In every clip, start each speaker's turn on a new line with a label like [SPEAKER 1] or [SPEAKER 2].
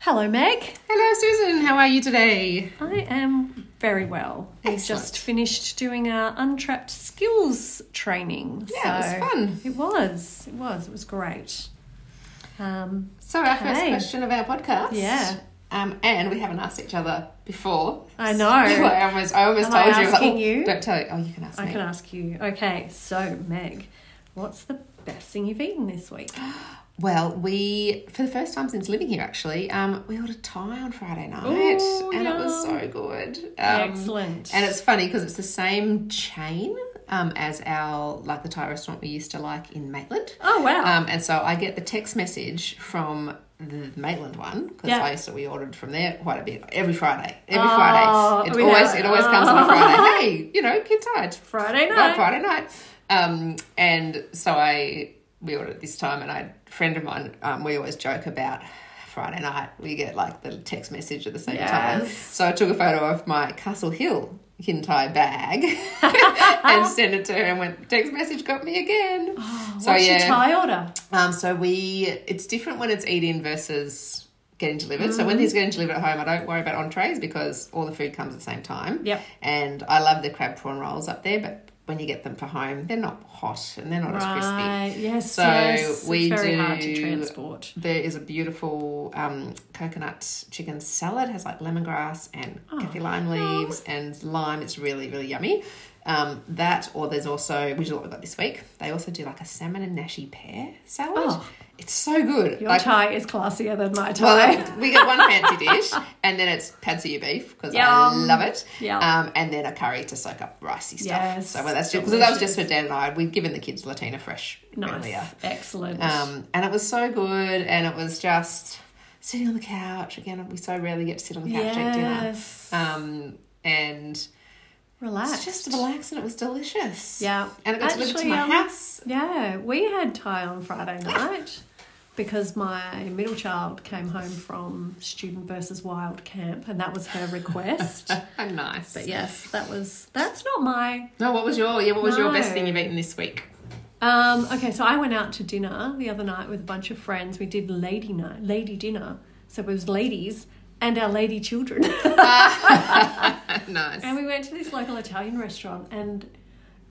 [SPEAKER 1] Hello, Meg.
[SPEAKER 2] Hello, Susan. How are you today?
[SPEAKER 1] I am very well. We've just
[SPEAKER 2] Excellent.
[SPEAKER 1] finished doing our untrapped skills training.
[SPEAKER 2] Yeah, it was
[SPEAKER 1] so-
[SPEAKER 2] fun.
[SPEAKER 1] It was. It was. It was great. Um,
[SPEAKER 2] So, our first
[SPEAKER 1] Hey.
[SPEAKER 2] question of our podcast.
[SPEAKER 1] Yeah.
[SPEAKER 2] Um, and we haven't asked each other before.
[SPEAKER 1] I know.
[SPEAKER 2] I almost, I almost
[SPEAKER 1] Am I
[SPEAKER 2] told you. I was like,
[SPEAKER 1] asking
[SPEAKER 2] "Oh,
[SPEAKER 1] you?"
[SPEAKER 2] Don't tell you. Oh, you can ask
[SPEAKER 1] I
[SPEAKER 2] me.
[SPEAKER 1] can ask you. Okay, so Meg, what's the best thing you've eaten this week?
[SPEAKER 2] Um, Well, we, for the first time since living here, actually, um, we ordered Thai on Friday night.
[SPEAKER 1] Ooh,
[SPEAKER 2] and it was
[SPEAKER 1] yum.
[SPEAKER 2] so good. Um,
[SPEAKER 1] Excellent.
[SPEAKER 2] And it's funny because it's the same chain um, as our, like the Thai restaurant we used to like in Maitland.
[SPEAKER 1] oh wow.
[SPEAKER 2] Um, and so I get the text message from the Maitland one because
[SPEAKER 1] Yeah.
[SPEAKER 2] I used to we ordered from there quite a bit every Friday. Every
[SPEAKER 1] Oh,
[SPEAKER 2] Friday, it's
[SPEAKER 1] we Oh.
[SPEAKER 2] always
[SPEAKER 1] know.
[SPEAKER 2] it always comes on a Friday. Hey, you know, kids' night,
[SPEAKER 1] Friday
[SPEAKER 2] not
[SPEAKER 1] night.
[SPEAKER 2] Friday night. Um, and so I we ordered this time, and I a friend of mine. Um, we always joke about. Friday night, we get like the text message at the same time.
[SPEAKER 1] Yes.
[SPEAKER 2] So I took a photo of my Castle Hill Kintai bag and sent it to her and went, text message got me again.
[SPEAKER 1] What's your Thai order?
[SPEAKER 2] Um, so we, it's different when it's eat in versus getting delivered. So
[SPEAKER 1] Mm.
[SPEAKER 2] when he's getting delivered at home, I don't worry about entrees because all the food comes at the same time.
[SPEAKER 1] Yep.
[SPEAKER 2] And I love the crab prawn rolls up there, but when you get them for home, they're not hot and they're not as crispy.
[SPEAKER 1] Right. Yes.
[SPEAKER 2] So
[SPEAKER 1] yes. It's
[SPEAKER 2] we
[SPEAKER 1] very hard to
[SPEAKER 2] do-
[SPEAKER 1] transport.
[SPEAKER 2] There is a beautiful um, coconut chicken salad. It has like lemongrass and
[SPEAKER 1] Oh,
[SPEAKER 2] kaffir lime leaves and lime. It's really really yummy. Um, that or there's also which is what we got this week. They also do like a salmon and nashi pear salad.
[SPEAKER 1] Oh.
[SPEAKER 2] It's so good.
[SPEAKER 1] Your
[SPEAKER 2] Like,
[SPEAKER 1] Thai is classier than my Thai.
[SPEAKER 2] well, we get one fancy dish, and then it's pansy beef because I
[SPEAKER 1] Yum.
[SPEAKER 2] love it.
[SPEAKER 1] Yum.
[SPEAKER 2] Um, and then a curry to soak up ricey stuff.
[SPEAKER 1] Yes,
[SPEAKER 2] So well, that's just because that was
[SPEAKER 1] delicious.
[SPEAKER 2] just for Dan and I. We'd given the kids Latina fresh
[SPEAKER 1] nice.
[SPEAKER 2] earlier.
[SPEAKER 1] Excellent.
[SPEAKER 2] Um, and it was so good, and it was just sitting on the couch again. We so rarely get to sit on the couch and eat dinner.
[SPEAKER 1] yes.
[SPEAKER 2] Um, and
[SPEAKER 1] Relax.
[SPEAKER 2] it's just relaxed, and it was delicious.
[SPEAKER 1] Yeah.
[SPEAKER 2] and it got delivered to
[SPEAKER 1] Actually,
[SPEAKER 2] my
[SPEAKER 1] um,
[SPEAKER 2] house.
[SPEAKER 1] Yeah, we had Thai on Friday night because my middle child came home from Student versus Wild camp, and that was her request.
[SPEAKER 2] Oh, nice.
[SPEAKER 1] but yes, that was that's not my.
[SPEAKER 2] No, what was your yeah? What was your best
[SPEAKER 1] No.
[SPEAKER 2] thing you've eaten this week?
[SPEAKER 1] Um, okay, so I went out to dinner the other night with a bunch of friends. We did lady night, lady dinner. So it was ladies and our lady children.
[SPEAKER 2] nice.
[SPEAKER 1] And we went to this local Italian restaurant, and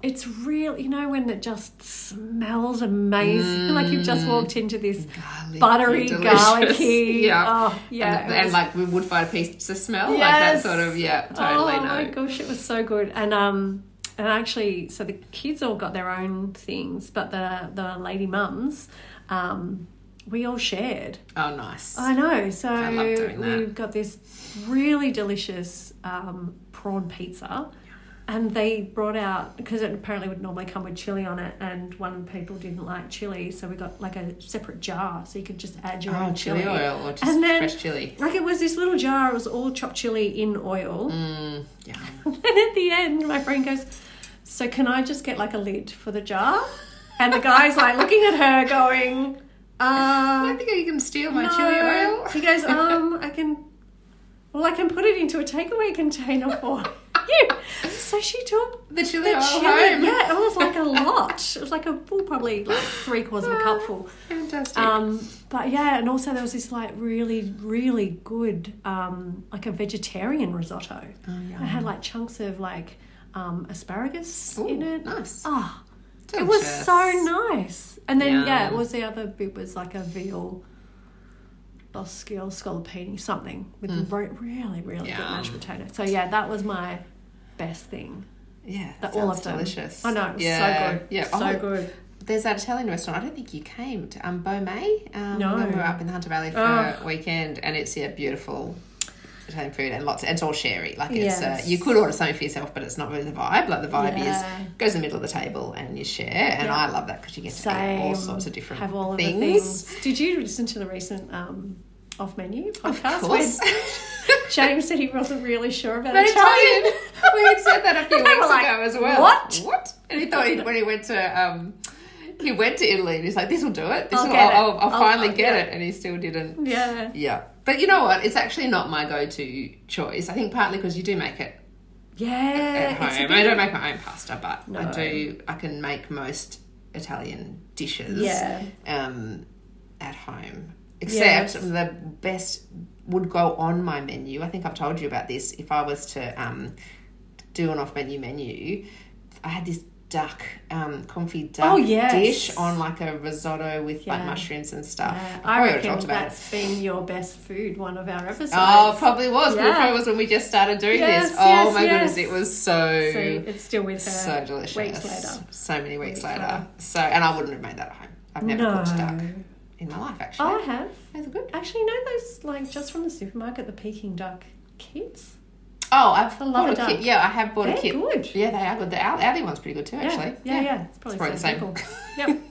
[SPEAKER 1] it's real. You know when it just smells amazing, like you've just walked into this
[SPEAKER 2] Garlicky,
[SPEAKER 1] buttery,
[SPEAKER 2] delicious.
[SPEAKER 1] garlicky.
[SPEAKER 2] Yeah.
[SPEAKER 1] Oh, yeah.
[SPEAKER 2] and,
[SPEAKER 1] it
[SPEAKER 2] and
[SPEAKER 1] was-
[SPEAKER 2] like we would find a piece to smell, like that
[SPEAKER 1] Yes.
[SPEAKER 2] sort of yeah, totally
[SPEAKER 1] oh
[SPEAKER 2] no.
[SPEAKER 1] my gosh, it was so good. And um, and actually, so the kids all got their own things, but the the lady mums, um, we all shared.
[SPEAKER 2] Oh, nice.
[SPEAKER 1] I know. So
[SPEAKER 2] love doing that.
[SPEAKER 1] we've got this really delicious um, prawn pizza, and they brought out because it apparently would normally come with chili on it, and one of the people didn't like chili, so we got like a separate jar so you could just add your
[SPEAKER 2] oh,
[SPEAKER 1] own
[SPEAKER 2] chili,
[SPEAKER 1] chili.
[SPEAKER 2] oil or just
[SPEAKER 1] And then-
[SPEAKER 2] fresh chili.
[SPEAKER 1] Like it was this little jar. It was all chopped chili in oil.
[SPEAKER 2] Mm, yeah.
[SPEAKER 1] And at the end, my friend goes, So can I just get like a lid for the jar? And the guy's like looking at her going,
[SPEAKER 2] I
[SPEAKER 1] uh,
[SPEAKER 2] don't think you can steal my
[SPEAKER 1] no.
[SPEAKER 2] chili oil.
[SPEAKER 1] He goes, Um, I can, well, I can put it into a takeaway container for you. So she took
[SPEAKER 2] the chili
[SPEAKER 1] the
[SPEAKER 2] oil
[SPEAKER 1] chili.
[SPEAKER 2] home.
[SPEAKER 1] Yeah, it was like a lot. It was like a full, probably like three quarters of a cupful.
[SPEAKER 2] Fantastic.
[SPEAKER 1] Um, but yeah, and also there was this like really, really good, um, like a vegetarian risotto.
[SPEAKER 2] oh,
[SPEAKER 1] It
[SPEAKER 2] yeah.
[SPEAKER 1] had like chunks of like um, asparagus
[SPEAKER 2] Ooh,
[SPEAKER 1] in it.
[SPEAKER 2] Nice.
[SPEAKER 1] Ah, it was so
[SPEAKER 2] Delicious.
[SPEAKER 1] nice. And then yeah, it
[SPEAKER 2] Yum.
[SPEAKER 1] was the other bit was like a veal bosquil scallopini something with
[SPEAKER 2] Mm.
[SPEAKER 1] re- really really good mashed
[SPEAKER 2] Yum.
[SPEAKER 1] potato. So yeah, that was my best thing.
[SPEAKER 2] Yeah,
[SPEAKER 1] That
[SPEAKER 2] that
[SPEAKER 1] all
[SPEAKER 2] sounds
[SPEAKER 1] of them.
[SPEAKER 2] delicious.
[SPEAKER 1] I know it was
[SPEAKER 2] yeah,
[SPEAKER 1] so good.
[SPEAKER 2] Yeah,
[SPEAKER 1] so
[SPEAKER 2] oh,
[SPEAKER 1] good.
[SPEAKER 2] There's that Italian restaurant. I don't think you came to um, Beaumay um,
[SPEAKER 1] No.
[SPEAKER 2] when we were up in the Hunter Valley for
[SPEAKER 1] Oh.
[SPEAKER 2] a weekend, and it's yeah beautiful Italian food and lots. It's all sherry. Like
[SPEAKER 1] Yes.
[SPEAKER 2] it's uh, you could order something for yourself, but it's not really the vibe. Like the vibe
[SPEAKER 1] Yeah.
[SPEAKER 2] is goes in the middle of the table and you share, and
[SPEAKER 1] Yeah.
[SPEAKER 2] I love that because you get to eat
[SPEAKER 1] Same.
[SPEAKER 2] all sorts of different
[SPEAKER 1] Have all of
[SPEAKER 2] things.
[SPEAKER 1] the things. Did you listen to the recent um, off menu podcast?
[SPEAKER 2] Of course.
[SPEAKER 1] where James said he wasn't really sure about
[SPEAKER 2] But
[SPEAKER 1] Italian.
[SPEAKER 2] Italian. we had said that a few
[SPEAKER 1] They
[SPEAKER 2] weeks
[SPEAKER 1] were like,
[SPEAKER 2] ago as well.
[SPEAKER 1] "What?"
[SPEAKER 2] What? And he thought he, when he went to um, he went to Italy and he's like, "This will do it. This
[SPEAKER 1] I'll
[SPEAKER 2] will,
[SPEAKER 1] get it.
[SPEAKER 2] I'll, I'll, I'll
[SPEAKER 1] I'll-
[SPEAKER 2] finally
[SPEAKER 1] I'll-
[SPEAKER 2] get
[SPEAKER 1] yeah.
[SPEAKER 2] it." And he still didn't.
[SPEAKER 1] Yeah.
[SPEAKER 2] Yeah, but you know what? It's actually not my go-to choice. I think partly because you do make it at
[SPEAKER 1] Yeah. Uh, it's a
[SPEAKER 2] home.
[SPEAKER 1] bit-
[SPEAKER 2] I don't make my own pasta, but
[SPEAKER 1] No.
[SPEAKER 2] I do. I can make most Italian dishes.
[SPEAKER 1] Yeah.
[SPEAKER 2] Um, at home,
[SPEAKER 1] Yes.
[SPEAKER 2] except the best would go on my menu. I think I've told you about this. If I was to um, do an off menu menu, I had this duck, um, confit duck
[SPEAKER 1] Oh, yes.
[SPEAKER 2] dish on like a risotto with like
[SPEAKER 1] Yeah.
[SPEAKER 2] mushrooms and stuff.
[SPEAKER 1] Yeah,
[SPEAKER 2] I
[SPEAKER 1] I
[SPEAKER 2] already
[SPEAKER 1] reckon
[SPEAKER 2] talked about it.
[SPEAKER 1] that's been your best food one of our episodes.
[SPEAKER 2] Oh, probably was. But it
[SPEAKER 1] Yeah.
[SPEAKER 2] probably was when we just started doing
[SPEAKER 1] Yes,
[SPEAKER 2] this. Oh
[SPEAKER 1] yes,
[SPEAKER 2] my goodness,
[SPEAKER 1] yes.
[SPEAKER 2] it was so
[SPEAKER 1] so it's still with her.
[SPEAKER 2] so delicious.
[SPEAKER 1] Weeks later.
[SPEAKER 2] So many weeks,
[SPEAKER 1] Weeks
[SPEAKER 2] later.
[SPEAKER 1] later.
[SPEAKER 2] So and I wouldn't have made that at home. I've never
[SPEAKER 1] no. Oh.
[SPEAKER 2] cooked duck in my life actually.
[SPEAKER 1] I have.
[SPEAKER 2] Those are good.
[SPEAKER 1] Actually, you know those like just from the supermarket, the Peking duck kits.
[SPEAKER 2] Oh, I've
[SPEAKER 1] The love
[SPEAKER 2] bought a
[SPEAKER 1] duck.
[SPEAKER 2] kit. Yeah, I have bought
[SPEAKER 1] They're
[SPEAKER 2] a kit.
[SPEAKER 1] good.
[SPEAKER 2] Yeah, they are good. The Al- Aldi one's pretty good too, actually.
[SPEAKER 1] yeah, yeah, yeah. It's
[SPEAKER 2] It's
[SPEAKER 1] probably,
[SPEAKER 2] probably the same.
[SPEAKER 1] People.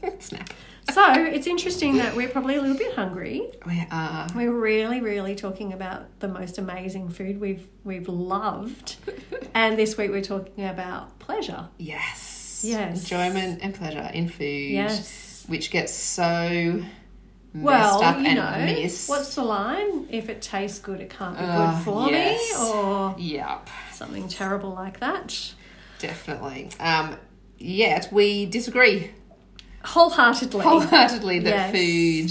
[SPEAKER 1] Yep.
[SPEAKER 2] Snack.
[SPEAKER 1] so it's interesting that we're probably a little bit hungry.
[SPEAKER 2] We are.
[SPEAKER 1] We're really, really talking about the most amazing food we've we've loved, and this week we're talking about pleasure.
[SPEAKER 2] Yes.
[SPEAKER 1] Yes.
[SPEAKER 2] Enjoyment and pleasure in food.
[SPEAKER 1] Yes.
[SPEAKER 2] Which gets so messed up
[SPEAKER 1] Well, you
[SPEAKER 2] and
[SPEAKER 1] know,
[SPEAKER 2] missed.
[SPEAKER 1] what's the line? If it tastes good, it can't be
[SPEAKER 2] Uh,
[SPEAKER 1] good for
[SPEAKER 2] yes.
[SPEAKER 1] me, or
[SPEAKER 2] Yep.
[SPEAKER 1] something terrible like that.
[SPEAKER 2] Definitely. Um, yet we disagree
[SPEAKER 1] Wholeheartedly.
[SPEAKER 2] wholeheartedly
[SPEAKER 1] Yes.
[SPEAKER 2] that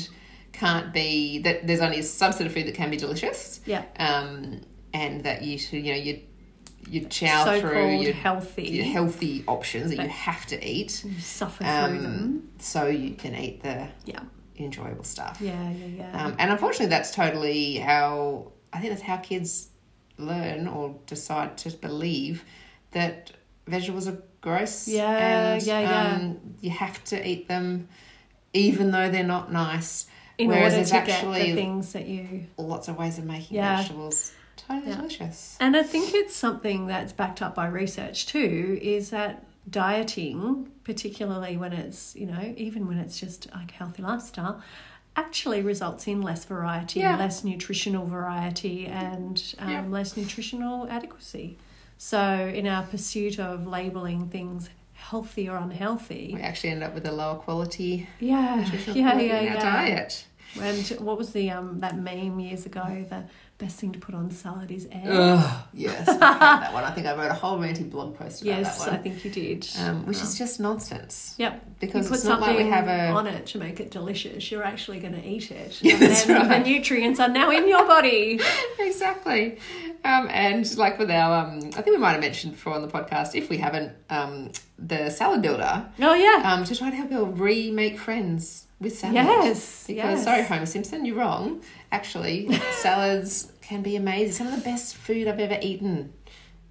[SPEAKER 2] food can't be that there's only a subset of food that can be delicious.
[SPEAKER 1] yeah.
[SPEAKER 2] Um, and that you should you know you you chow
[SPEAKER 1] So
[SPEAKER 2] through
[SPEAKER 1] called
[SPEAKER 2] your,
[SPEAKER 1] healthy.
[SPEAKER 2] your healthy options that you
[SPEAKER 1] But-
[SPEAKER 2] have to eat.
[SPEAKER 1] You suffer through them.
[SPEAKER 2] Um, so you can eat the
[SPEAKER 1] Yeah.
[SPEAKER 2] enjoyable stuff.
[SPEAKER 1] Yeah, yeah, yeah.
[SPEAKER 2] Um, and unfortunately, that's totally how I think that's how kids learn or decide to believe that vegetables are gross.
[SPEAKER 1] Yeah,
[SPEAKER 2] and,
[SPEAKER 1] yeah, yeah.
[SPEAKER 2] Um, you have to eat them, even though they're not nice.
[SPEAKER 1] In
[SPEAKER 2] Whereas
[SPEAKER 1] order
[SPEAKER 2] there's
[SPEAKER 1] to get the
[SPEAKER 2] actually
[SPEAKER 1] things that you.
[SPEAKER 2] lots of ways of making
[SPEAKER 1] Yeah.
[SPEAKER 2] vegetables totally
[SPEAKER 1] Yeah.
[SPEAKER 2] delicious.
[SPEAKER 1] And I think it's something that's backed up by research too is that dieting, particularly when it's, you know, even when it's just like healthy lifestyle, actually results in less variety,
[SPEAKER 2] Yeah.
[SPEAKER 1] less nutritional variety, and um,
[SPEAKER 2] Yeah.
[SPEAKER 1] less nutritional adequacy. So, in our pursuit of labeling things healthy or unhealthy,
[SPEAKER 2] We actually end up with a lower quality
[SPEAKER 1] yeah,
[SPEAKER 2] nutritional
[SPEAKER 1] yeah,
[SPEAKER 2] quality
[SPEAKER 1] yeah,
[SPEAKER 2] in our
[SPEAKER 1] yeah.
[SPEAKER 2] diet.
[SPEAKER 1] And what was the um that meme years ago? The best thing to put on salad is egg.
[SPEAKER 2] Ugh, yes, I hate that one. I think I wrote a whole ranty blog post about
[SPEAKER 1] yes,
[SPEAKER 2] that
[SPEAKER 1] I
[SPEAKER 2] one,
[SPEAKER 1] think you did. Oh.
[SPEAKER 2] um, which is just nonsense.
[SPEAKER 1] yep.
[SPEAKER 2] Because
[SPEAKER 1] you put
[SPEAKER 2] it's not like
[SPEAKER 1] something
[SPEAKER 2] we have a
[SPEAKER 1] on it to make it delicious. You're actually going to eat it,
[SPEAKER 2] Yeah,
[SPEAKER 1] and
[SPEAKER 2] that's
[SPEAKER 1] then
[SPEAKER 2] right.
[SPEAKER 1] the nutrients are now in your body.
[SPEAKER 2] exactly. Um, and like with our, um, I think we might have mentioned before on the podcast, if we haven't, um, the salad builder,
[SPEAKER 1] Oh yeah,
[SPEAKER 2] um, to try and help people remake friends with salad.
[SPEAKER 1] yes,
[SPEAKER 2] Because,
[SPEAKER 1] yes.
[SPEAKER 2] sorry, Homer Simpson, you're wrong. Actually, salads can be amazing. Some of the best food I've ever eaten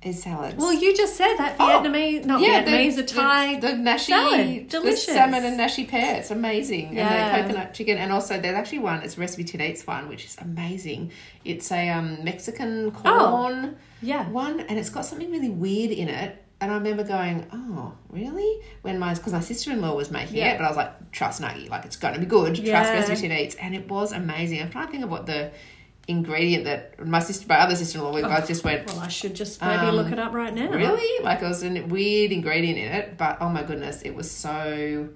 [SPEAKER 2] is salads.
[SPEAKER 1] Well, you just said that
[SPEAKER 2] Oh,
[SPEAKER 1] Vietnamese, not Vietnamese,
[SPEAKER 2] the,
[SPEAKER 1] a Thai.
[SPEAKER 2] the, the nashi,
[SPEAKER 1] salad.
[SPEAKER 2] delicious
[SPEAKER 1] Delicious.
[SPEAKER 2] salmon and nashi pear. It's amazing, and
[SPEAKER 1] Yeah.
[SPEAKER 2] the coconut chicken, and also there's actually one. It's recipe ten eights one, which is amazing. It's a um, Mexican
[SPEAKER 1] Oh.
[SPEAKER 2] corn
[SPEAKER 1] yeah,
[SPEAKER 2] one, and it's got something really weird in it. And I remember going, "Oh, really?" When my because my sister in law was making
[SPEAKER 1] Yeah.
[SPEAKER 2] it, but I was like, "Trust Nuggy, like it's going to be good. Trust
[SPEAKER 1] Yeah.
[SPEAKER 2] recipe ten eights," and it was amazing. I'm trying to think of what the ingredient that my sister, my other sister in law, we
[SPEAKER 1] Oh.
[SPEAKER 2] both just went,
[SPEAKER 1] well, I should just maybe
[SPEAKER 2] Um,
[SPEAKER 1] look it up right now.
[SPEAKER 2] Really? Like it was a weird ingredient in it, but oh my goodness, it was so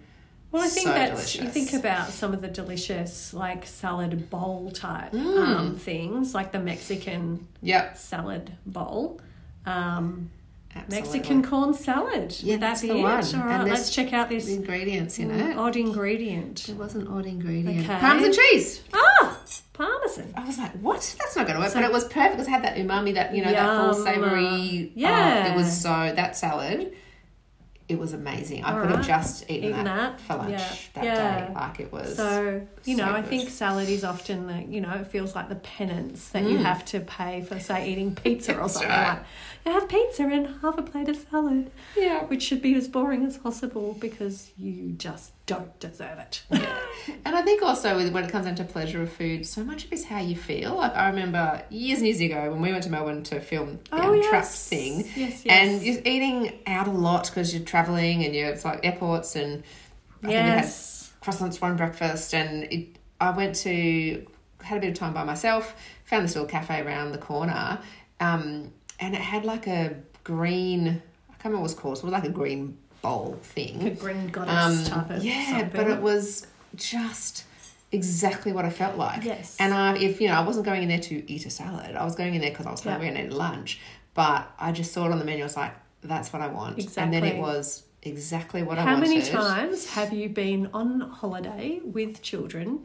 [SPEAKER 1] Well, I think
[SPEAKER 2] So
[SPEAKER 1] that's you
[SPEAKER 2] delicious.
[SPEAKER 1] think about some of the delicious like salad bowl type
[SPEAKER 2] Mm.
[SPEAKER 1] um, things, like the Mexican
[SPEAKER 2] yep.
[SPEAKER 1] salad bowl, um,
[SPEAKER 2] absolutely.
[SPEAKER 1] Mexican corn salad.
[SPEAKER 2] Yeah,
[SPEAKER 1] Would that
[SPEAKER 2] that's
[SPEAKER 1] be
[SPEAKER 2] the
[SPEAKER 1] it?
[SPEAKER 2] one.
[SPEAKER 1] All
[SPEAKER 2] And
[SPEAKER 1] right,
[SPEAKER 2] there's-
[SPEAKER 1] let's check out
[SPEAKER 2] The
[SPEAKER 1] this
[SPEAKER 2] ingredients in it.
[SPEAKER 1] odd ingredient.
[SPEAKER 2] There was an odd ingredient.
[SPEAKER 1] Okay.
[SPEAKER 2] Parmesan cheese.
[SPEAKER 1] Ah, parmesan.
[SPEAKER 2] I was like, what? That's not going to work.
[SPEAKER 1] So-
[SPEAKER 2] but it was perfect because it had that umami, that, you know, that full
[SPEAKER 1] Yum.
[SPEAKER 2] savory.
[SPEAKER 1] Yeah.
[SPEAKER 2] oh, it was so, that salad, it was amazing. I
[SPEAKER 1] All
[SPEAKER 2] could have
[SPEAKER 1] right.
[SPEAKER 2] just eaten
[SPEAKER 1] Eaten
[SPEAKER 2] that,
[SPEAKER 1] that.
[SPEAKER 2] for lunch
[SPEAKER 1] Yeah.
[SPEAKER 2] that
[SPEAKER 1] Yeah.
[SPEAKER 2] day. Like it was.
[SPEAKER 1] So you
[SPEAKER 2] so
[SPEAKER 1] know, I
[SPEAKER 2] good.
[SPEAKER 1] think salad is often the you know it feels like the penance that you
[SPEAKER 2] Mm.
[SPEAKER 1] have to pay for say eating pizza or
[SPEAKER 2] That's
[SPEAKER 1] something
[SPEAKER 2] right.
[SPEAKER 1] like. You have pizza and half a plate of salad.
[SPEAKER 2] yeah.
[SPEAKER 1] which should be as boring as possible because you just don't deserve it.
[SPEAKER 2] And I think also with, when it comes down to pleasure of food, so much of it's how you feel. Like I remember years and years ago when we went to Melbourne to film the
[SPEAKER 1] Oh,
[SPEAKER 2] Untrapped
[SPEAKER 1] yes.
[SPEAKER 2] thing,
[SPEAKER 1] Yes, yes.
[SPEAKER 2] and you're eating out a lot because you're traveling and you're it's like airports and I
[SPEAKER 1] yes.
[SPEAKER 2] think we had croissants for one breakfast and it, I went to had a bit of time by myself, found this little cafe around the corner, um, and it had like a green I can't remember what it was called, so it was like a green bowl thing
[SPEAKER 1] A green goddess type of
[SPEAKER 2] Um, yeah,
[SPEAKER 1] something.
[SPEAKER 2] but it was just exactly what I felt like.
[SPEAKER 1] Yes.
[SPEAKER 2] And I, if you know, I wasn't going in there to eat a salad. I was going in there because I was
[SPEAKER 1] Yeah.
[SPEAKER 2] hungry and needed lunch. But I just saw it on the menu. I was like, "That's what I want." And then it
[SPEAKER 1] Exactly.
[SPEAKER 2] was exactly what I
[SPEAKER 1] How
[SPEAKER 2] wanted.
[SPEAKER 1] many times have you been on holiday with children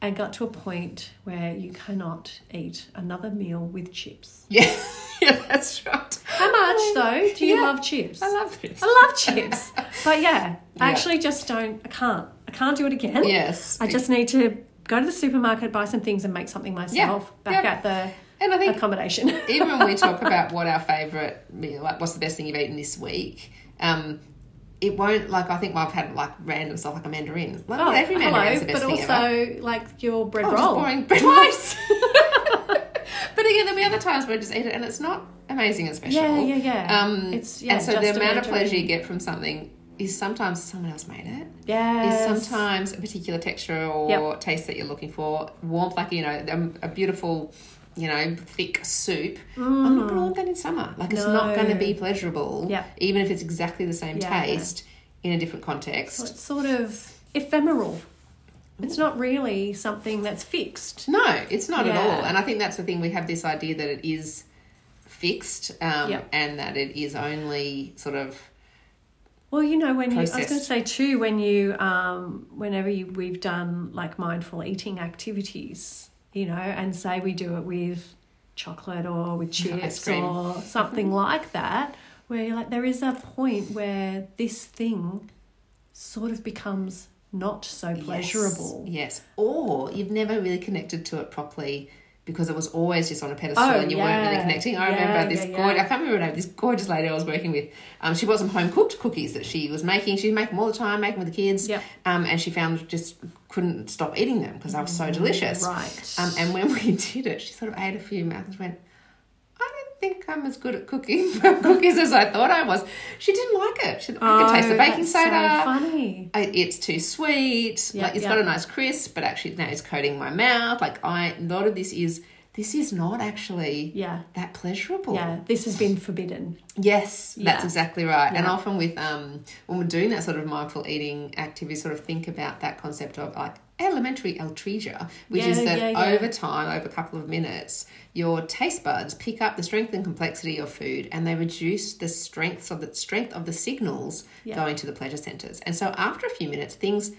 [SPEAKER 1] I got to a point where you cannot eat another meal with chips.
[SPEAKER 2] Yeah, yeah, that's right.
[SPEAKER 1] How much though? Do you
[SPEAKER 2] Yeah.
[SPEAKER 1] love chips?
[SPEAKER 2] I love this.
[SPEAKER 1] I love chips. But yeah, I
[SPEAKER 2] Yeah.
[SPEAKER 1] actually just don't. I can't. I can't do it again.
[SPEAKER 2] Yes,
[SPEAKER 1] I just need to go to the supermarket, buy some things, and make something myself
[SPEAKER 2] Yeah.
[SPEAKER 1] back
[SPEAKER 2] Yeah.
[SPEAKER 1] at the
[SPEAKER 2] and I think
[SPEAKER 1] accommodation.
[SPEAKER 2] even when we talk about what our favorite meal, like what's the best thing you've eaten this week, um, it won't like I think I've had like random stuff like a mandarin. Like
[SPEAKER 1] Oh,
[SPEAKER 2] not every mandarin's the
[SPEAKER 1] hello,
[SPEAKER 2] best
[SPEAKER 1] but
[SPEAKER 2] thing
[SPEAKER 1] also
[SPEAKER 2] ever.
[SPEAKER 1] like your bread
[SPEAKER 2] Oh, just
[SPEAKER 1] roll.
[SPEAKER 2] boring bread rolls. but again, there'll be other times where I just eat it and it's not amazing and special.
[SPEAKER 1] Yeah, yeah, yeah.
[SPEAKER 2] Um,
[SPEAKER 1] It's- yeah,
[SPEAKER 2] and so the
[SPEAKER 1] just a
[SPEAKER 2] amount of
[SPEAKER 1] mandarin.
[SPEAKER 2] pleasure you get from something is sometimes someone else made it is
[SPEAKER 1] yeah.
[SPEAKER 2] sometimes a particular texture or
[SPEAKER 1] Yep.
[SPEAKER 2] taste that you're looking for. Warmth, like you know, um, a beautiful, you know, thick soup. I'm not going to want that in summer. Like it's
[SPEAKER 1] Mm. No.
[SPEAKER 2] not going to be pleasurable,
[SPEAKER 1] Yep.
[SPEAKER 2] even if it's exactly the same
[SPEAKER 1] Yeah.
[SPEAKER 2] taste in a different context.
[SPEAKER 1] it's sort of ephemeral. It's not really something that's fixed.
[SPEAKER 2] No, it's not at
[SPEAKER 1] Yeah.
[SPEAKER 2] all. And I think that's the thing. We have this idea that it is fixed um,
[SPEAKER 1] Yep.
[SPEAKER 2] and that it is only sort of
[SPEAKER 1] Well, you know, when you, I was going to
[SPEAKER 2] Processed.
[SPEAKER 1] say too, when you, um, whenever you, we've done like mindful eating activities, you know, and say we do it with chocolate or with
[SPEAKER 2] Yeah, ice
[SPEAKER 1] chips
[SPEAKER 2] cream. Mm-hmm.
[SPEAKER 1] or something like that, where you're like, there is a point where this thing sort of becomes not so pleasurable.
[SPEAKER 2] Yes, yes. Or you've never really connected to it properly because it was always just on a pedestal
[SPEAKER 1] Oh,
[SPEAKER 2] and you weren't
[SPEAKER 1] yeah.
[SPEAKER 2] really connecting. I
[SPEAKER 1] Yeah,
[SPEAKER 2] remember this
[SPEAKER 1] yeah, yeah.
[SPEAKER 2] gorgeous, I can't remember her name, this gorgeous lady I was working with. Um, she bought some home cooked cookies that she was making. She was making them all the time, making with the kids.
[SPEAKER 1] Yep.
[SPEAKER 2] Um, and she found just couldn't stop eating them because they were so delicious.
[SPEAKER 1] Mm, Right.
[SPEAKER 2] Um, and when we did it, she sort of ate a few mouths and went, I don't think I'm as good at cooking cookies as I thought I was. She didn't like it. She, I could taste the
[SPEAKER 1] Oh,
[SPEAKER 2] baking
[SPEAKER 1] that's
[SPEAKER 2] soda.
[SPEAKER 1] So funny.
[SPEAKER 2] I, it's too sweet.
[SPEAKER 1] Yeah,
[SPEAKER 2] like it's
[SPEAKER 1] yeah.
[SPEAKER 2] got a nice crisp, but actually now it's coating my mouth. Like I, a lot of this is this is not actually
[SPEAKER 1] Yeah.
[SPEAKER 2] that pleasurable.
[SPEAKER 1] Yeah. This has been forbidden.
[SPEAKER 2] Yes, that's
[SPEAKER 1] Yeah.
[SPEAKER 2] exactly right. And
[SPEAKER 1] Yeah.
[SPEAKER 2] often with um, when we're doing that sort of mindful eating activity, sort of think about that concept of like elementary altresia, which
[SPEAKER 1] Yeah,
[SPEAKER 2] is that
[SPEAKER 1] yeah, yeah.
[SPEAKER 2] over time, over a couple of minutes, your taste buds pick up the strength and complexity of food, and they reduce the strengths of the strength of the signals
[SPEAKER 1] Yeah.
[SPEAKER 2] going to the pleasure centers. And so after a few minutes, things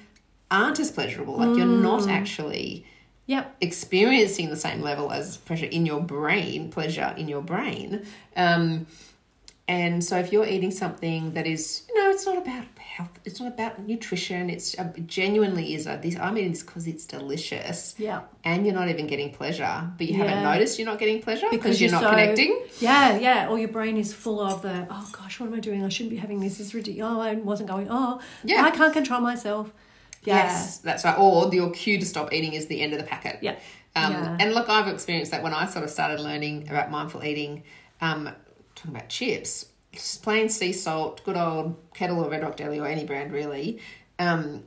[SPEAKER 2] aren't as pleasurable. Like you're
[SPEAKER 1] Mm.
[SPEAKER 2] not actually
[SPEAKER 1] Yep.
[SPEAKER 2] experiencing the same level as pressure in your brain, pleasure in your brain. Um, and so if you're eating something that is, you know, it's not about health, it's not about nutrition, it's uh, it genuinely is like this, I'm eating this because it's delicious.
[SPEAKER 1] Yeah.
[SPEAKER 2] And you're not even getting pleasure, but you haven't
[SPEAKER 1] Yeah.
[SPEAKER 2] noticed you're not getting pleasure because you're, not
[SPEAKER 1] so-
[SPEAKER 2] connecting.
[SPEAKER 1] Yeah, yeah. Or your brain is full of the oh gosh, what am I doing? I shouldn't be having this. This is ridiculous. Oh, I wasn't going. Oh,
[SPEAKER 2] Yeah.
[SPEAKER 1] I can't control myself. Yeah.
[SPEAKER 2] Yes, that's right. Or your cue to stop eating is the end of the packet.
[SPEAKER 1] Yeah.
[SPEAKER 2] Um,
[SPEAKER 1] Yeah.
[SPEAKER 2] And look, I've experienced that when I sort of started learning about mindful eating, um, talking about chips, just plain sea salt, good old kettle or Red Rock Deli or any brand really. Um,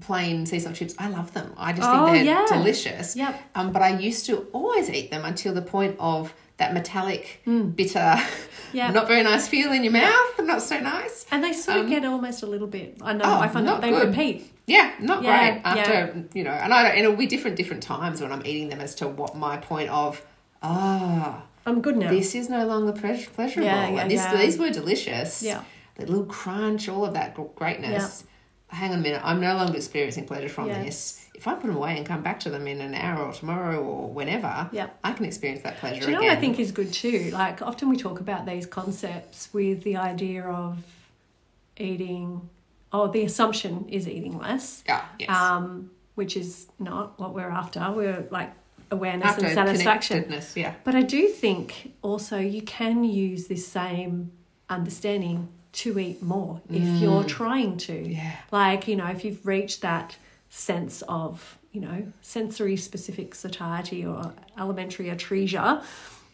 [SPEAKER 2] plain sea salt chips, I love them. I just
[SPEAKER 1] Oh,
[SPEAKER 2] think they're
[SPEAKER 1] yeah.
[SPEAKER 2] delicious.
[SPEAKER 1] Yep.
[SPEAKER 2] Um, but I used to always eat them until the point of that metallic, bitter,
[SPEAKER 1] Hmm. Yep.
[SPEAKER 2] not very nice feel in your mouth, not so nice.
[SPEAKER 1] And they sort of get almost a little bit. I know.
[SPEAKER 2] Um, oh,
[SPEAKER 1] I find that
[SPEAKER 2] not
[SPEAKER 1] they
[SPEAKER 2] good.
[SPEAKER 1] repeat.
[SPEAKER 2] Yeah, not
[SPEAKER 1] Yeah,
[SPEAKER 2] great. After you know, and I don't, and it'll be different different times when I'm eating them as to what my point of ah,
[SPEAKER 1] I'm good now.
[SPEAKER 2] this is no longer pleas- pleasurable.
[SPEAKER 1] Yeah, yeah,
[SPEAKER 2] and this,
[SPEAKER 1] yeah.
[SPEAKER 2] these were delicious.
[SPEAKER 1] Yeah.
[SPEAKER 2] the little crunch, all of that gr- greatness. Hang on a minute, I'm no longer experiencing pleasure from
[SPEAKER 1] Yes.
[SPEAKER 2] this. If I put them away and come back to them in an hour or tomorrow or whenever,
[SPEAKER 1] Yeah.
[SPEAKER 2] I can experience that pleasure
[SPEAKER 1] Do you know
[SPEAKER 2] again.
[SPEAKER 1] what I think is good too? Like often we talk about these concepts with the idea of eating, or the assumption is eating less.
[SPEAKER 2] Yeah, Ah, yes.
[SPEAKER 1] um, which is not what we're after. We're like awareness
[SPEAKER 2] After
[SPEAKER 1] and satisfaction.
[SPEAKER 2] connectedness, yeah.
[SPEAKER 1] But I do think also you can use this same understanding to eat more if you're trying to.
[SPEAKER 2] Mm. Yeah.
[SPEAKER 1] Like, you know, if you've reached that sense of, you know, sensory specific satiety or elementary atresia,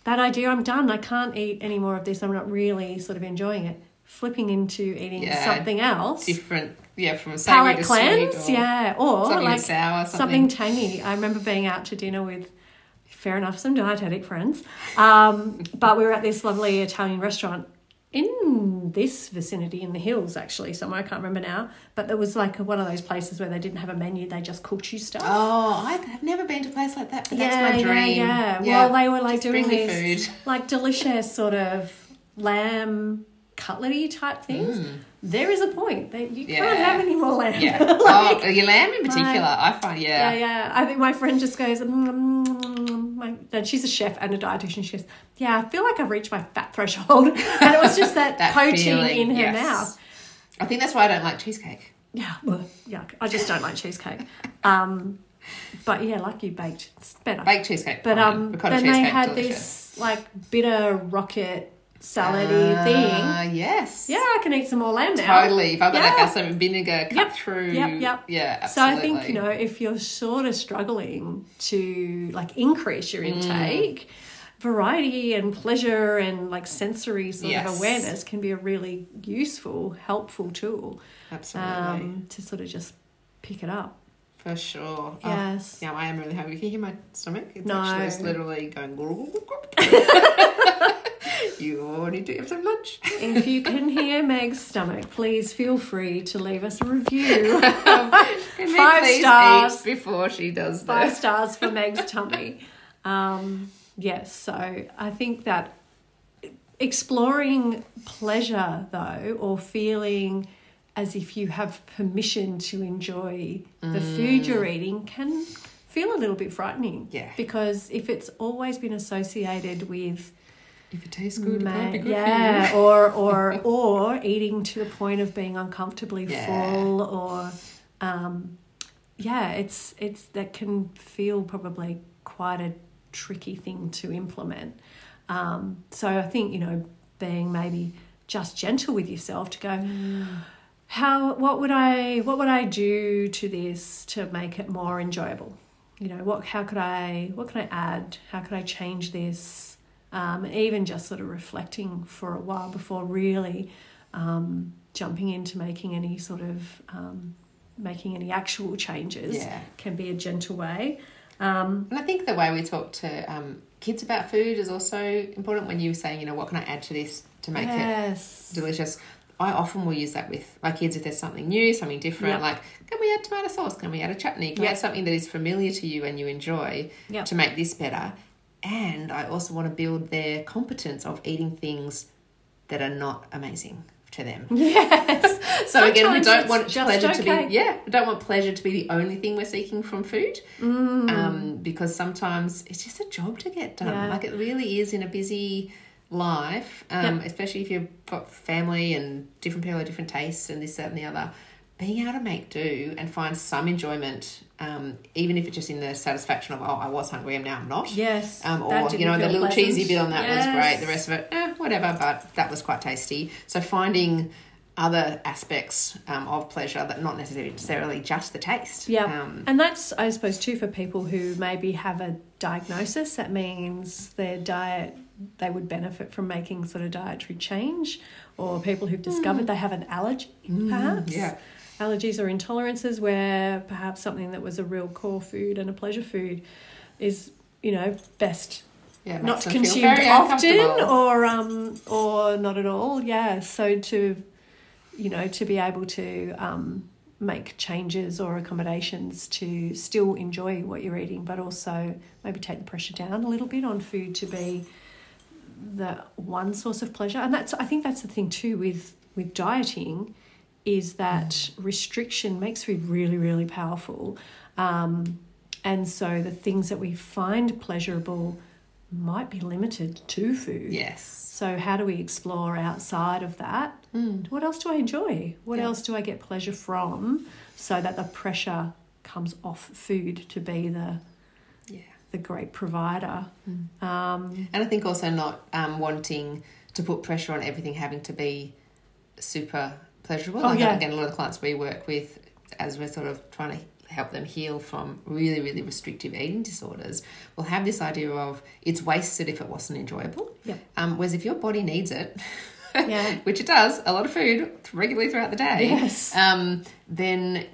[SPEAKER 1] that idea I'm done, I can't eat any more of this, I'm not really sort of enjoying it. Flipping into eating
[SPEAKER 2] Yeah.
[SPEAKER 1] something else
[SPEAKER 2] Different, yeah, from savoury
[SPEAKER 1] palate
[SPEAKER 2] to
[SPEAKER 1] cleanse,
[SPEAKER 2] sweet or
[SPEAKER 1] yeah, or
[SPEAKER 2] something
[SPEAKER 1] like
[SPEAKER 2] sour,
[SPEAKER 1] something tangy. I remember being out to dinner with, fair enough, some dietetic friends, um, but we were at this lovely Italian restaurant in this vicinity in the hills, actually somewhere I can't remember now. But it was like one of those places where they didn't have a menu; they just cooked you stuff.
[SPEAKER 2] Oh, I- I've never been to a place like that, but that's my dream.
[SPEAKER 1] Yeah, yeah. Well, they were like
[SPEAKER 2] Just
[SPEAKER 1] doing
[SPEAKER 2] bring me
[SPEAKER 1] these
[SPEAKER 2] food.
[SPEAKER 1] like delicious sort of lamb cutlery type things. there is a point that you
[SPEAKER 2] Mm. Yeah.
[SPEAKER 1] can't have any more lamb.
[SPEAKER 2] Yeah.
[SPEAKER 1] Like-
[SPEAKER 2] oh, your lamb in particular, I find,
[SPEAKER 1] yeah,
[SPEAKER 2] yeah.
[SPEAKER 1] yeah. I think my friend just goes, mm, mm, mm, mm, my, and she's a chef and a dietitian. She goes, yeah, I feel like I've reached my fat threshold, and it was just that,
[SPEAKER 2] That
[SPEAKER 1] poaching
[SPEAKER 2] feeling,
[SPEAKER 1] in her
[SPEAKER 2] yes.
[SPEAKER 1] mouth.
[SPEAKER 2] I think that's why I don't like cheesecake.
[SPEAKER 1] Yeah, well, yuck. I just don't like cheesecake. Um, but yeah, like you baked, it's better.
[SPEAKER 2] Baked cheesecake.
[SPEAKER 1] But
[SPEAKER 2] fine.
[SPEAKER 1] um,
[SPEAKER 2] Ricotta
[SPEAKER 1] then they
[SPEAKER 2] cheesecake,
[SPEAKER 1] had
[SPEAKER 2] delicious.
[SPEAKER 1] this like bitter rocket salady thing.
[SPEAKER 2] Ah, Yes.
[SPEAKER 1] Yeah, I can eat some more lamb now.
[SPEAKER 2] Totally. If I've got
[SPEAKER 1] Yeah.
[SPEAKER 2] that balsamic vinegar cut
[SPEAKER 1] Yep,
[SPEAKER 2] through.
[SPEAKER 1] yep, yep.
[SPEAKER 2] Yeah,
[SPEAKER 1] So I
[SPEAKER 2] absolutely.
[SPEAKER 1] think you know if you're sort of struggling to like increase your
[SPEAKER 2] Mm.
[SPEAKER 1] intake, variety and pleasure and like sensory sort of
[SPEAKER 2] Yes.
[SPEAKER 1] awareness can be a really useful, helpful tool
[SPEAKER 2] Absolutely.
[SPEAKER 1] um, to sort of just pick it up.
[SPEAKER 2] For sure. Oh,
[SPEAKER 1] Yes.
[SPEAKER 2] yeah, I am really hungry. Can you hear my stomach? It's
[SPEAKER 1] No.
[SPEAKER 2] actually it's literally going. "Gurgle, gurgle, gurgle." you need to have some lunch.
[SPEAKER 1] if you can hear Meg's stomach, please feel free to leave us a review.
[SPEAKER 2] Can we
[SPEAKER 1] Five
[SPEAKER 2] please
[SPEAKER 1] stars.
[SPEAKER 2] eat before she does
[SPEAKER 1] Five
[SPEAKER 2] this.
[SPEAKER 1] stars for Meg's tummy. Um, yes, so I think that exploring pleasure, though, or feeling as if you have permission to enjoy the food you're eating can feel a little bit frightening.
[SPEAKER 2] Yeah.
[SPEAKER 1] Because if it's always been associated with
[SPEAKER 2] If it tastes good, it
[SPEAKER 1] Ma-
[SPEAKER 2] can't be good for you.
[SPEAKER 1] yeah, or or or eating to the point of being uncomfortably
[SPEAKER 2] Yeah.
[SPEAKER 1] full, or um, yeah, it's it's that can feel probably quite a tricky thing to implement. Um, so I think you know being maybe just gentle with yourself to go. "Hmm, How what would I what would I do to this to make it more enjoyable? You know what? How could I what could I add? How could I change this? um, even just sort of reflecting for a while before really um, jumping into making any sort of um, making any actual changes
[SPEAKER 2] Yeah.
[SPEAKER 1] can be a gentle way. Um,
[SPEAKER 2] And I think the way we talk to um, kids about food is also important when you were saying, you know, what can I add to this to make it
[SPEAKER 1] yes.
[SPEAKER 2] delicious. I often will use that with my kids if there's something new, something different.
[SPEAKER 1] Yep.
[SPEAKER 2] Like, can we add tomato sauce? Can we add a chutney? Can we
[SPEAKER 1] Yep.
[SPEAKER 2] add something that is familiar to you and you enjoy
[SPEAKER 1] Yep.
[SPEAKER 2] to make this better? And I also want to build their competence of eating things that are not amazing to them.
[SPEAKER 1] Yes.
[SPEAKER 2] So again, we
[SPEAKER 1] Sometimes
[SPEAKER 2] don't
[SPEAKER 1] it's
[SPEAKER 2] want
[SPEAKER 1] just
[SPEAKER 2] pleasure
[SPEAKER 1] okay.
[SPEAKER 2] to be yeah, we don't want pleasure to be the only thing we're seeking from food. Um, because sometimes it's just a job to get done.
[SPEAKER 1] Mm. Yeah.
[SPEAKER 2] Like it really is in a busy life, um, especially if you've got family and different people with different tastes and this, that, and the other. Being able to make do and find some enjoyment, um, even if it's just in the satisfaction of oh, I was hungry and now I'm not.
[SPEAKER 1] Yes.
[SPEAKER 2] Um, or
[SPEAKER 1] that
[SPEAKER 2] you
[SPEAKER 1] didn't
[SPEAKER 2] know the
[SPEAKER 1] feel
[SPEAKER 2] little
[SPEAKER 1] pleasant.
[SPEAKER 2] cheesy bit on that was great.
[SPEAKER 1] Yes.
[SPEAKER 2] The rest of it, eh, whatever. But that was quite tasty. So finding other aspects um, of pleasure that not necessarily just the taste.
[SPEAKER 1] Yeah.
[SPEAKER 2] Um,
[SPEAKER 1] and that's, I suppose, too, for people who maybe have a diagnosis. That means their diet, they would benefit from making sort of dietary change, or people who've discovered they have an allergy, perhaps.
[SPEAKER 2] Hmm. yeah.
[SPEAKER 1] Allergies or intolerances, where perhaps something that was a real core food and a pleasure food is, you know, best
[SPEAKER 2] yeah. it
[SPEAKER 1] not
[SPEAKER 2] makes them feel
[SPEAKER 1] consumed
[SPEAKER 2] very
[SPEAKER 1] often
[SPEAKER 2] uncomfortable.
[SPEAKER 1] or um or not at all yeah so to you know to be able to um make changes or accommodations to still enjoy what you're eating but also maybe take the pressure down a little bit on food to be the one source of pleasure and that's i think that's the thing too with with dieting is that restriction makes food really really powerful um, and so the things that we find pleasurable might be limited to food
[SPEAKER 2] Yes. Hmm.
[SPEAKER 1] so how do we explore outside of that what else do i enjoy what
[SPEAKER 2] Yeah.
[SPEAKER 1] else do i get pleasure from so that the pressure comes off food to be the
[SPEAKER 2] Yeah.
[SPEAKER 1] the great provider
[SPEAKER 2] Mm.
[SPEAKER 1] um,
[SPEAKER 2] And I think also not um, wanting to put pressure on everything having to be super pleasurable.
[SPEAKER 1] Oh,
[SPEAKER 2] like
[SPEAKER 1] yeah.
[SPEAKER 2] again, a lot of the clients we work with, as we're sort of trying to help them heal from really, really restrictive eating disorders, will have this idea of it's wasted if it wasn't enjoyable.
[SPEAKER 1] Yeah.
[SPEAKER 2] Um, whereas if your body needs it,
[SPEAKER 1] Yeah.
[SPEAKER 2] which it does, a lot of food regularly throughout the day,
[SPEAKER 1] Yes.
[SPEAKER 2] um, then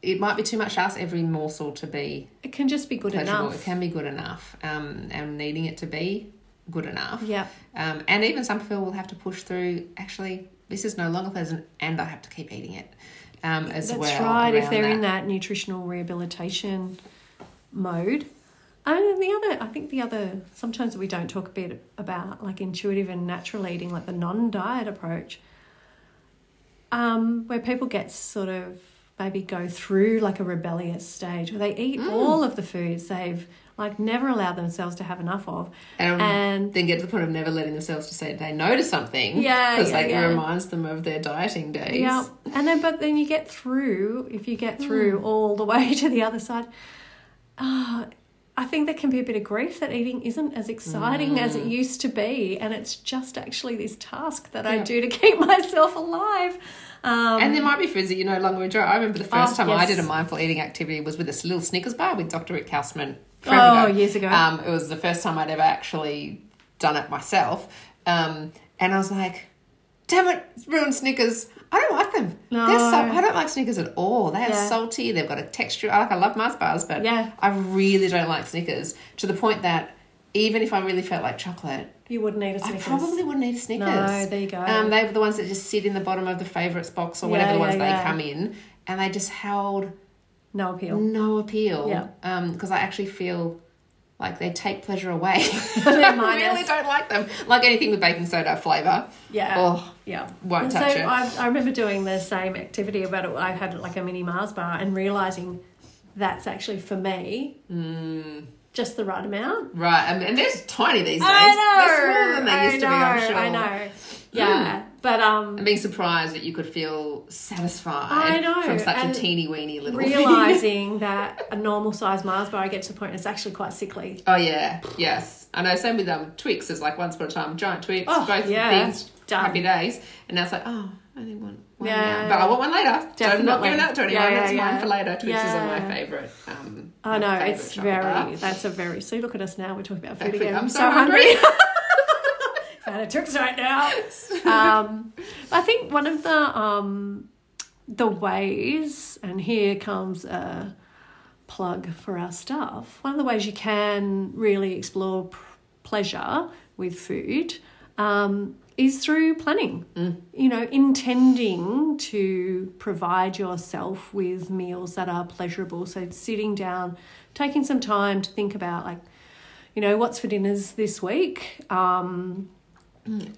[SPEAKER 2] it might be too much to ask every morsel to be
[SPEAKER 1] it can just be good
[SPEAKER 2] pleasurable.
[SPEAKER 1] enough
[SPEAKER 2] It can be good enough, um, and needing it to be good enough.
[SPEAKER 1] yeah
[SPEAKER 2] Um, and even some people will have to push through. Actually, this is no longer pleasant, and I have to keep eating it. Um, as
[SPEAKER 1] That's
[SPEAKER 2] well,
[SPEAKER 1] right. If
[SPEAKER 2] around
[SPEAKER 1] they're in that nutritional rehabilitation mode, and then the other, I think the other, sometimes we don't talk a bit about like intuitive and natural eating, like the non-diet approach. um, where people get sort of maybe go through like a rebellious stage where they eat
[SPEAKER 2] Mm.
[SPEAKER 1] all of the foods they've like never allowed themselves to have enough of.
[SPEAKER 2] And,
[SPEAKER 1] And-
[SPEAKER 2] then get to the point of never letting themselves to say they no to something.
[SPEAKER 1] Yeah,
[SPEAKER 2] Because
[SPEAKER 1] yeah,
[SPEAKER 2] like
[SPEAKER 1] yeah.
[SPEAKER 2] it reminds them of their dieting days.
[SPEAKER 1] Yeah, and then but then you get through if you get through
[SPEAKER 2] Mm.
[SPEAKER 1] all the way to the other side. Uh, I think there can be a bit of grief that eating isn't as exciting as
[SPEAKER 2] Mm.
[SPEAKER 1] it used to be, and it's just actually this task that I
[SPEAKER 2] Yeah.
[SPEAKER 1] do to keep myself alive. Um,
[SPEAKER 2] And there might be foods that you no longer enjoy. I remember the first
[SPEAKER 1] Oh,
[SPEAKER 2] time I
[SPEAKER 1] yes.
[SPEAKER 2] did a mindful eating activity was with this little Snickers bar with Dr. Rick Kausman.
[SPEAKER 1] Oh, years ago.
[SPEAKER 2] Um, it was the first time I'd ever actually done it myself. Um, and I was like, damn it, it's ruined Snickers. I don't like them.
[SPEAKER 1] No.
[SPEAKER 2] They're so, I don't like Snickers at all. They are
[SPEAKER 1] Yeah.
[SPEAKER 2] salty. They've got a texture. I like. I love Mars bars, but
[SPEAKER 1] Yeah.
[SPEAKER 2] I really don't like Snickers to the point that even if I really felt like chocolate,
[SPEAKER 1] you wouldn't eat a Snickers.
[SPEAKER 2] I probably wouldn't eat Snickers.
[SPEAKER 1] No, there you go.
[SPEAKER 2] Um, they were the ones that just sit in the bottom of the favourites box or
[SPEAKER 1] Yeah,
[SPEAKER 2] whatever the
[SPEAKER 1] yeah,
[SPEAKER 2] ones
[SPEAKER 1] yeah.
[SPEAKER 2] they come in, and they just held
[SPEAKER 1] no appeal.
[SPEAKER 2] no appeal.
[SPEAKER 1] Yeah.
[SPEAKER 2] Because I actually feel like they take pleasure away.
[SPEAKER 1] They're
[SPEAKER 2] I really
[SPEAKER 1] minus.
[SPEAKER 2] don't like them. Like anything with baking soda flavour.
[SPEAKER 1] Yeah.
[SPEAKER 2] Oh,
[SPEAKER 1] Yeah.
[SPEAKER 2] Won't
[SPEAKER 1] And
[SPEAKER 2] touch
[SPEAKER 1] so
[SPEAKER 2] it.
[SPEAKER 1] I, I remember doing the same activity about it. I had like a mini Mars bar and realizing that's actually for me
[SPEAKER 2] Mm.
[SPEAKER 1] just the right amount.
[SPEAKER 2] right. I mean, and they're tiny these days. They're smaller than they
[SPEAKER 1] I
[SPEAKER 2] used to
[SPEAKER 1] know,
[SPEAKER 2] be, I'm sure. Hmm.
[SPEAKER 1] I know. Yeah, but
[SPEAKER 2] And
[SPEAKER 1] um,
[SPEAKER 2] being surprised that you could feel satisfied
[SPEAKER 1] I know,
[SPEAKER 2] from such
[SPEAKER 1] and
[SPEAKER 2] a teeny weeny little
[SPEAKER 1] realizing that a normal size Mars bar, I get to the point it's actually quite sickly.
[SPEAKER 2] Oh yeah, yes. I know. Same with um Twix is like once upon a time giant Twix,
[SPEAKER 1] Oh,
[SPEAKER 2] both
[SPEAKER 1] yeah.
[SPEAKER 2] things,
[SPEAKER 1] Done.
[SPEAKER 2] happy days, and now it's like oh, I only want one
[SPEAKER 1] Yeah.
[SPEAKER 2] now, but I want one later. So I'm not
[SPEAKER 1] Definitely.
[SPEAKER 2] giving that to anyone.
[SPEAKER 1] Yeah, yeah,
[SPEAKER 2] That's
[SPEAKER 1] yeah.
[SPEAKER 2] mine for later. Twix is are
[SPEAKER 1] Yeah.
[SPEAKER 2] my favorite. Um,
[SPEAKER 1] I know
[SPEAKER 2] my favourite
[SPEAKER 1] it's
[SPEAKER 2] chocolate
[SPEAKER 1] very.
[SPEAKER 2] bar.
[SPEAKER 1] That's a very. So look at us now. We're talking about
[SPEAKER 2] That
[SPEAKER 1] food
[SPEAKER 2] food-
[SPEAKER 1] again.
[SPEAKER 2] I'm so hungry.
[SPEAKER 1] Found a Twix right now. Um, I think one of the um, the ways, and here comes a plug for our stuff. One of the ways you can really explore p- pleasure with food um, is through planning. You know, intending to provide yourself with meals that are pleasurable. So sitting down, taking some time to think about like you know, what's for dinners this week? Um,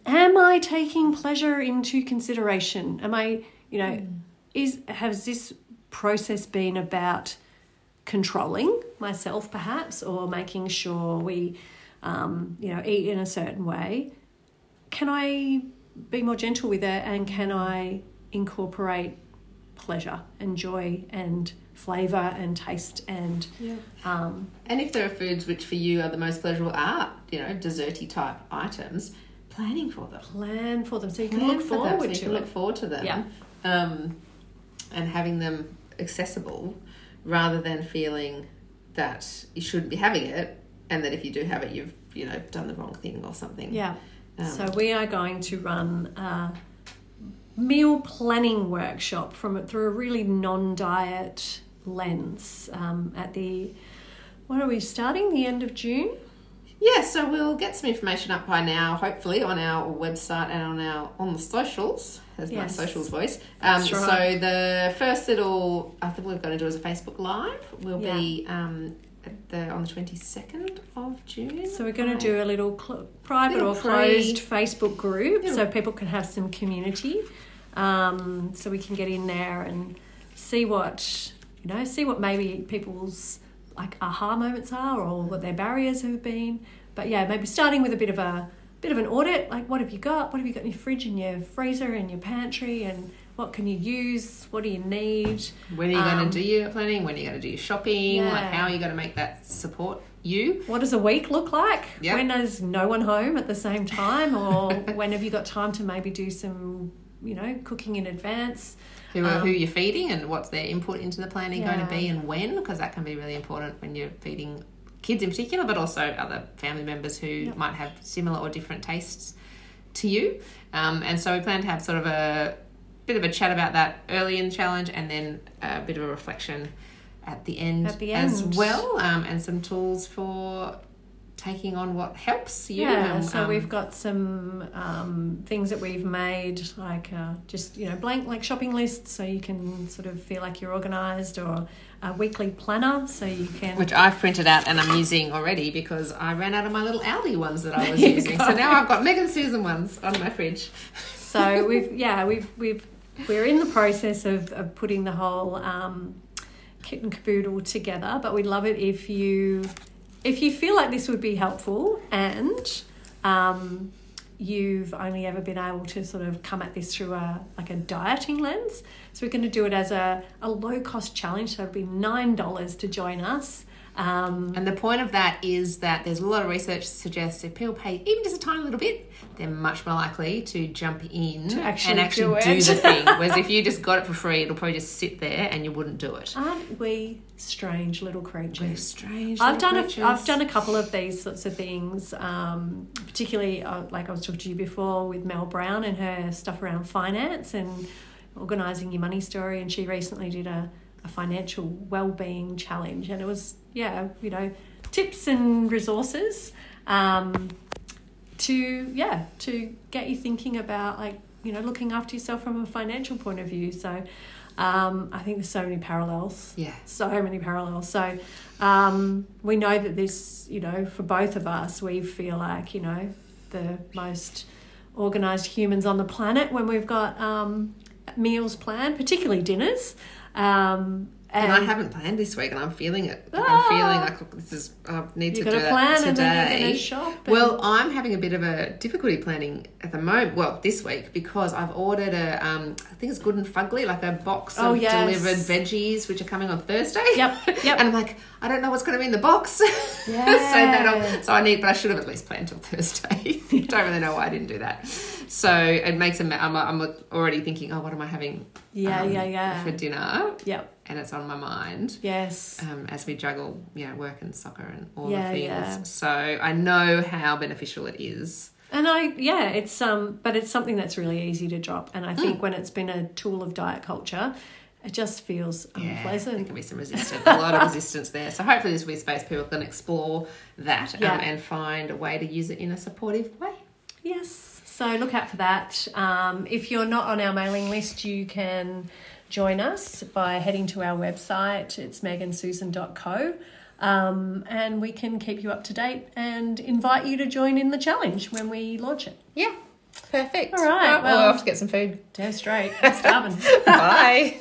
[SPEAKER 1] am I taking pleasure into consideration? Am I, you know,
[SPEAKER 2] Hmm.
[SPEAKER 1] is has this process been about controlling myself perhaps or making sure we, um, you know, eat in a certain way? Can I be more gentle with it and can I incorporate pleasure and joy and flavour and taste and um,
[SPEAKER 2] And if there are foods which for you are the most pleasurable, are you know desserty type items, planning for them.
[SPEAKER 1] plan for them so you can
[SPEAKER 2] Plan
[SPEAKER 1] look
[SPEAKER 2] for them so
[SPEAKER 1] forward
[SPEAKER 2] you
[SPEAKER 1] to
[SPEAKER 2] can
[SPEAKER 1] it.
[SPEAKER 2] Look forward to them.
[SPEAKER 1] Yeah.
[SPEAKER 2] Um, and having them accessible rather than feeling that you shouldn't be having it and that if you do have it, you've, you know, done the wrong thing or something.
[SPEAKER 1] Yeah.
[SPEAKER 2] Um,
[SPEAKER 1] so we are going to run a meal planning workshop from through a really non-diet lens um, at the what are we starting the end of June?
[SPEAKER 2] Yeah, so we'll get some information up by now, hopefully, on our website and on our on the socials. That's
[SPEAKER 1] Yes.
[SPEAKER 2] my socials voice. Um,
[SPEAKER 1] That's
[SPEAKER 2] So
[SPEAKER 1] right.
[SPEAKER 2] the first little, I think we're going to do is a Facebook Live. Will be um, at the on the twenty second of June.
[SPEAKER 1] So we're going to
[SPEAKER 2] Right.
[SPEAKER 1] do a little cl- private
[SPEAKER 2] Little
[SPEAKER 1] or
[SPEAKER 2] pre-
[SPEAKER 1] closed Facebook group so people can have some community, um, so we can get in there and see what you know, see what maybe people's like aha moments are or what their barriers have been. But yeah, maybe starting with a bit of a bit of an audit, like what have you got? What have you got in your fridge and your freezer and your pantry and what can you use? What do you need?
[SPEAKER 2] When are you
[SPEAKER 1] Um,
[SPEAKER 2] going to do your planning? When are you going to do your shopping? Like,
[SPEAKER 1] Yeah.
[SPEAKER 2] how are you going to make that support you?
[SPEAKER 1] What does a week look like?
[SPEAKER 2] Yep.
[SPEAKER 1] When is no one home at the same time, or when have you got time to maybe do some, you know, cooking in advance?
[SPEAKER 2] Who are, who
[SPEAKER 1] Um,
[SPEAKER 2] you're feeding and what's their input into the planning going
[SPEAKER 1] Yeah.
[SPEAKER 2] to be and when? Because that can be really important when you're feeding kids in particular, but also other family members who
[SPEAKER 1] Yep.
[SPEAKER 2] might have similar or different tastes to you. Um, and so we plan to have sort of a bit of a chat about that early in the challenge and then a bit of a reflection at the end,
[SPEAKER 1] At the
[SPEAKER 2] as
[SPEAKER 1] end.
[SPEAKER 2] well, um, and some tools for taking on what helps you.
[SPEAKER 1] Yeah,
[SPEAKER 2] and,
[SPEAKER 1] so
[SPEAKER 2] um,
[SPEAKER 1] we've got some um, things that we've made, like uh, just you know, blank like shopping lists, so you can sort of feel like you're organised, or a weekly planner, so you can.
[SPEAKER 2] which I've printed out and I'm using already because I ran out of my little alley ones that I was
[SPEAKER 1] There you
[SPEAKER 2] using.
[SPEAKER 1] go.
[SPEAKER 2] So now I've got Megan Susan ones on my fridge.
[SPEAKER 1] So we've yeah we've we've we're in the process of, of putting the whole um, kit and caboodle together, but we'd love it if you if you feel like this would be helpful and um, you've only ever been able to sort of come at this through a like a dieting lens. So we're going to do it as a, a low cost challenge. So it'd be nine dollars to join us. Um,
[SPEAKER 2] And the point of that is that there's a lot of research that suggests if people pay even just a tiny little bit, they're much more likely to jump in
[SPEAKER 1] To actually
[SPEAKER 2] and
[SPEAKER 1] do
[SPEAKER 2] actually
[SPEAKER 1] it.
[SPEAKER 2] do, the thing. Whereas if you just got it for free, it'll probably just sit there and you wouldn't do it.
[SPEAKER 1] aren't we strange little
[SPEAKER 2] We're
[SPEAKER 1] creatures?
[SPEAKER 2] strange.
[SPEAKER 1] I've done
[SPEAKER 2] it.
[SPEAKER 1] a, I've done a couple of these sorts of things, um, particularly uh, like I was talking to you before with Mel Brown and her stuff around finance and organising your money story. And she recently did a, a financial well-being challenge, and it was yeah, you know, tips and resources um, to yeah to get you thinking about like you know looking after yourself from a financial point of view. So um, I think there's so many parallels
[SPEAKER 2] Yeah.
[SPEAKER 1] so many parallels. So um, we know that this, you know, for both of us, we feel like, you know, the most organised humans on the planet when we've got um, meals planned, particularly dinners. Um,
[SPEAKER 2] And,
[SPEAKER 1] and,
[SPEAKER 2] I haven't planned this week, and I'm feeling it.
[SPEAKER 1] Ah.
[SPEAKER 2] I'm feeling like look, this is I need
[SPEAKER 1] you've got
[SPEAKER 2] to do
[SPEAKER 1] a
[SPEAKER 2] that
[SPEAKER 1] plan
[SPEAKER 2] today.
[SPEAKER 1] and then you're going to shop. and-
[SPEAKER 2] Well, I'm having a bit of a difficulty planning at the moment. Well, this week because I've ordered a, um, I think it's Good and Fugly, like a box
[SPEAKER 1] Oh,
[SPEAKER 2] of
[SPEAKER 1] yes.
[SPEAKER 2] delivered veggies, which are coming on Thursday.
[SPEAKER 1] Yep, yep.
[SPEAKER 2] and I'm like, I don't know what's going to be in the box. so
[SPEAKER 1] Yeah.
[SPEAKER 2] that'll, so I need, but I should have at least planned till Thursday. don't really know why I didn't do that. So it makes a. ma- I'm, I'm already thinking, oh, what am I having?
[SPEAKER 1] yeah,
[SPEAKER 2] um,
[SPEAKER 1] yeah, yeah,
[SPEAKER 2] For dinner,
[SPEAKER 1] Yep,
[SPEAKER 2] and it's on my mind
[SPEAKER 1] yes.
[SPEAKER 2] um, as we juggle, you know, work and soccer and all
[SPEAKER 1] Yeah,
[SPEAKER 2] the things.
[SPEAKER 1] yeah.
[SPEAKER 2] So I know how beneficial it is.
[SPEAKER 1] And I, yeah, it's um, but it's something that's really easy to drop. And I
[SPEAKER 2] Mm.
[SPEAKER 1] think when it's been a tool of diet culture, it just feels
[SPEAKER 2] Yeah, There
[SPEAKER 1] unpleasant.
[SPEAKER 2] can be some resistance, a lot of resistance there. So hopefully this will be a space people can explore that
[SPEAKER 1] Yeah.
[SPEAKER 2] um, and find a way to use it in a supportive way.
[SPEAKER 1] Yes. So look out for that. Um, if you're not on our mailing list, you can join us by heading to our website. It's megansusan.co. Um, and we can keep you up to date and invite you to join in the challenge when we launch it.
[SPEAKER 2] Yeah, perfect.
[SPEAKER 1] All right, Right, well, well- I'll have
[SPEAKER 2] to get some food.
[SPEAKER 1] Damn straight. I'm starving.
[SPEAKER 2] Bye.